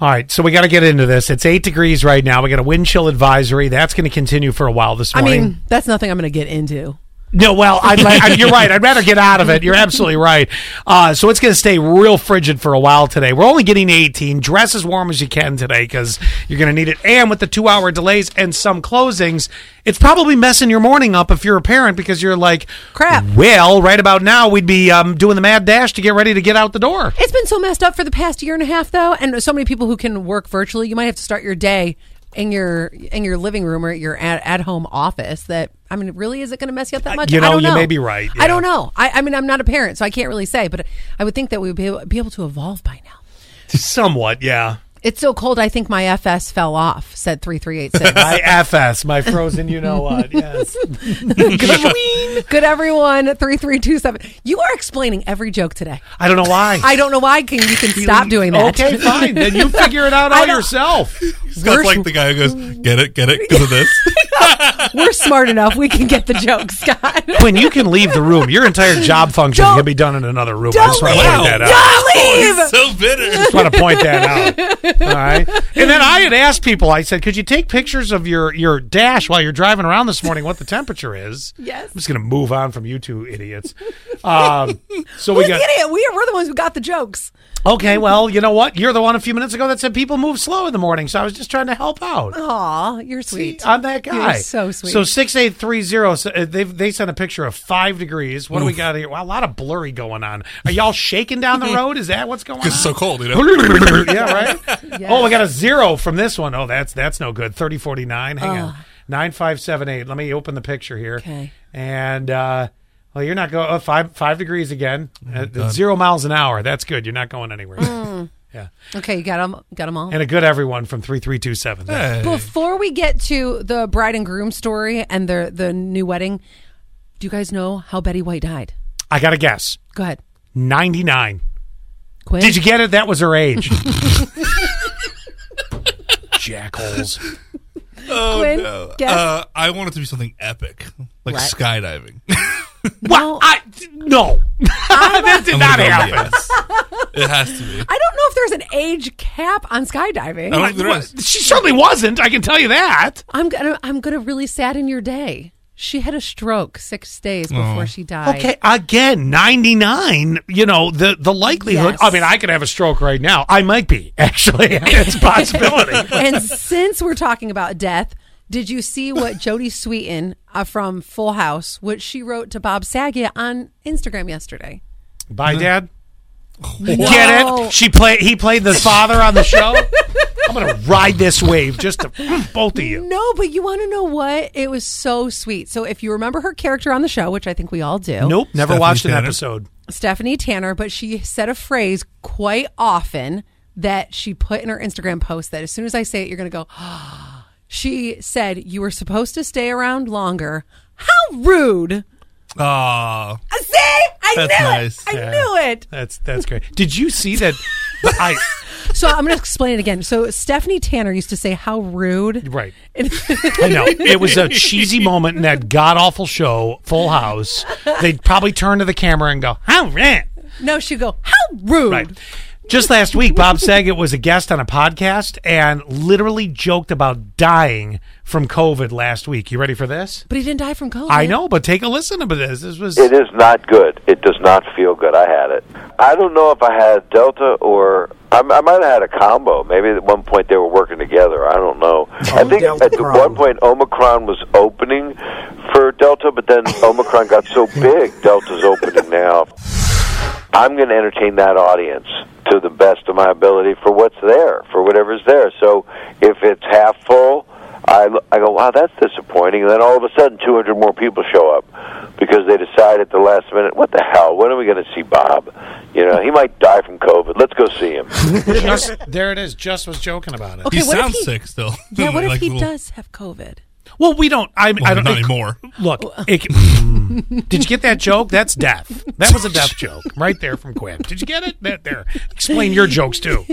All right, so we got to get into this. It's eight degrees right now. We got a wind chill advisory. That's going to continue for a while this I morning. mean, that's nothing I'm going to get into. No, well, I'd like, I- you're right. I'd rather get out of it. You're absolutely right. Uh, so it's going to stay real frigid for a while today. We're only getting to 18. Dress as warm as you can today because you're going to need it. And with the two hour delays and some closings, it's probably messing your morning up if you're a parent because you're like, Crap. Well, right about now, we'd be um, doing the mad dash to get ready to get out the door. It's been so messed up for the past year and a half, though, and so many people who can work virtually. You might have to start your day in your in your living room or your at, at home office. That I mean, really, is it going to mess you up that much? Uh, you I know, don't you may be right, yeah. I don't know. I, I mean, I'm not a parent, so I can't really say, but I would think that we would be able, be able to evolve by now. Somewhat, yeah. It's so cold. I think my FS fell off. Said three three eight six. My FS, my frozen, you know what? Yes. Good everyone. Three three two seven. You are explaining every joke today. I don't know why. I don't know why. Can you can stop doing that? Okay, fine. Then you figure it out I all don't- yourself. We're- Scott's like the guy who goes, "Get it, get it, because of this." We're smart enough. We can get the joke, Scott. When you can leave the room, your entire job function Don't- can be done in another room. I Don't just want to point leave. that out. Don't leave. He's so bitter. Just want to point that out. All right. And then I had asked people, I said, could you take pictures of your, your dash while you're driving around this morning, what the temperature is? Yes. I'm just going to move on from you two idiots. Um, so we Who's got, the idiot? We are, we're the ones who got the jokes. okay, well, you know what? You're the one a few minutes ago that said people move slow in the morning. So I was just trying to help out. Aw, you're sweet. I'm that guy. You're so sweet. So six eight three zero. So uh, they they sent a picture of five degrees. What do we got here? Well, a lot of blurry going on. Are y'all shaking down the road? Is that what's going on? It's so cold, you know. yeah, right. Oh, we got a zero from this one. Oh, that's that's no good. Thirty forty nine. Hang on. Nine five seven eight. Let me open the picture here. Ah. Okay. And uh, well, you're not going oh, five five degrees again. Uh, zero miles an hour. That's good. You're not going anywhere. Hmm. Yeah. okay, you got them, got 'em all. And a good everyone from three three two seven. Eh. Before we get to the bride and groom story and the the new wedding, do you guys know how Betty White died? I got a guess. Go ahead, Ninety nine. Quinn. Did you get it? That was her age. Jackholes. Oh Quinn, no. guess. Uh, I want it to be something epic, like What? skydiving. Well, I no. that did I'm not gonna go happen. yes. It has to be. I don't know if there's an age cap on skydiving. I Oh. don't think there is. She certainly wasn't. I can tell you that. I'm gonna I'm gonna really sadden your day. She had a stroke six days Oh. before she died. Okay, again, ninety nine. You know the the likelihood. Yes. I mean, I could have a stroke right now. I might be actually. it's a possibility. and since we're talking about death, did you see what Jodie Sweetin uh, from Full House, what she wrote to Bob Saget on Instagram yesterday? Bye, Dad. Get No. it? She played. He played the father on the show. I'm gonna ride this wave just to both of you. No, but you want to know what? It was so sweet. So if you remember her character on the show, which I think we all do, Nope, never Stephanie watched an Tanner. episode. Stephanie Tanner, but she said a phrase quite often that she put in her Instagram post that as soon as I say it, you're going to go, she said, You were supposed to stay around longer. How rude. Ah, Uh, See? I That's knew nice. it. I Yeah. knew it. That's that's great. Did you see that? I So I'm going to explain it again. So Stephanie Tanner used to say, "How rude!" right. I know it was a cheesy moment in that god awful show, Full House. They'd probably turn to the camera and go, "How rent." no, she'd go, "How rude!" Right. Just last week, Bob Saget was a guest on a podcast and literally joked about dying from COVID last week. You ready for this? But he didn't die from COVID. I know, but take a listen to this. This was It is not good. It does not feel good. I had it. I don't know if I had Delta or I, I might have had a combo. Maybe at one point they were working together. I don't know. I think at the one point Omicron was opening for Delta, but then Omicron got so big, Delta's opening now. I'm going to entertain that audience to the best of my ability for what's there, for whatever's there. So if it's half full, I, l- I go, wow, that's disappointing. And then all of a sudden, 200 more people show up because they decide at the last minute, what the hell? When are we going to see Bob? You know, he might die from COVID. Let's go see him. just there. It is. Just was joking about it. Okay, he what if sounds he- sick still. Yeah, what if Like he little- does have COVID? Well, we don't. I, Well, I don't not it- anymore. Look, it, Mm. did you get that joke? That's death. That was a death joke right there from Quinn. Did you get it? That there. Explain your jokes too.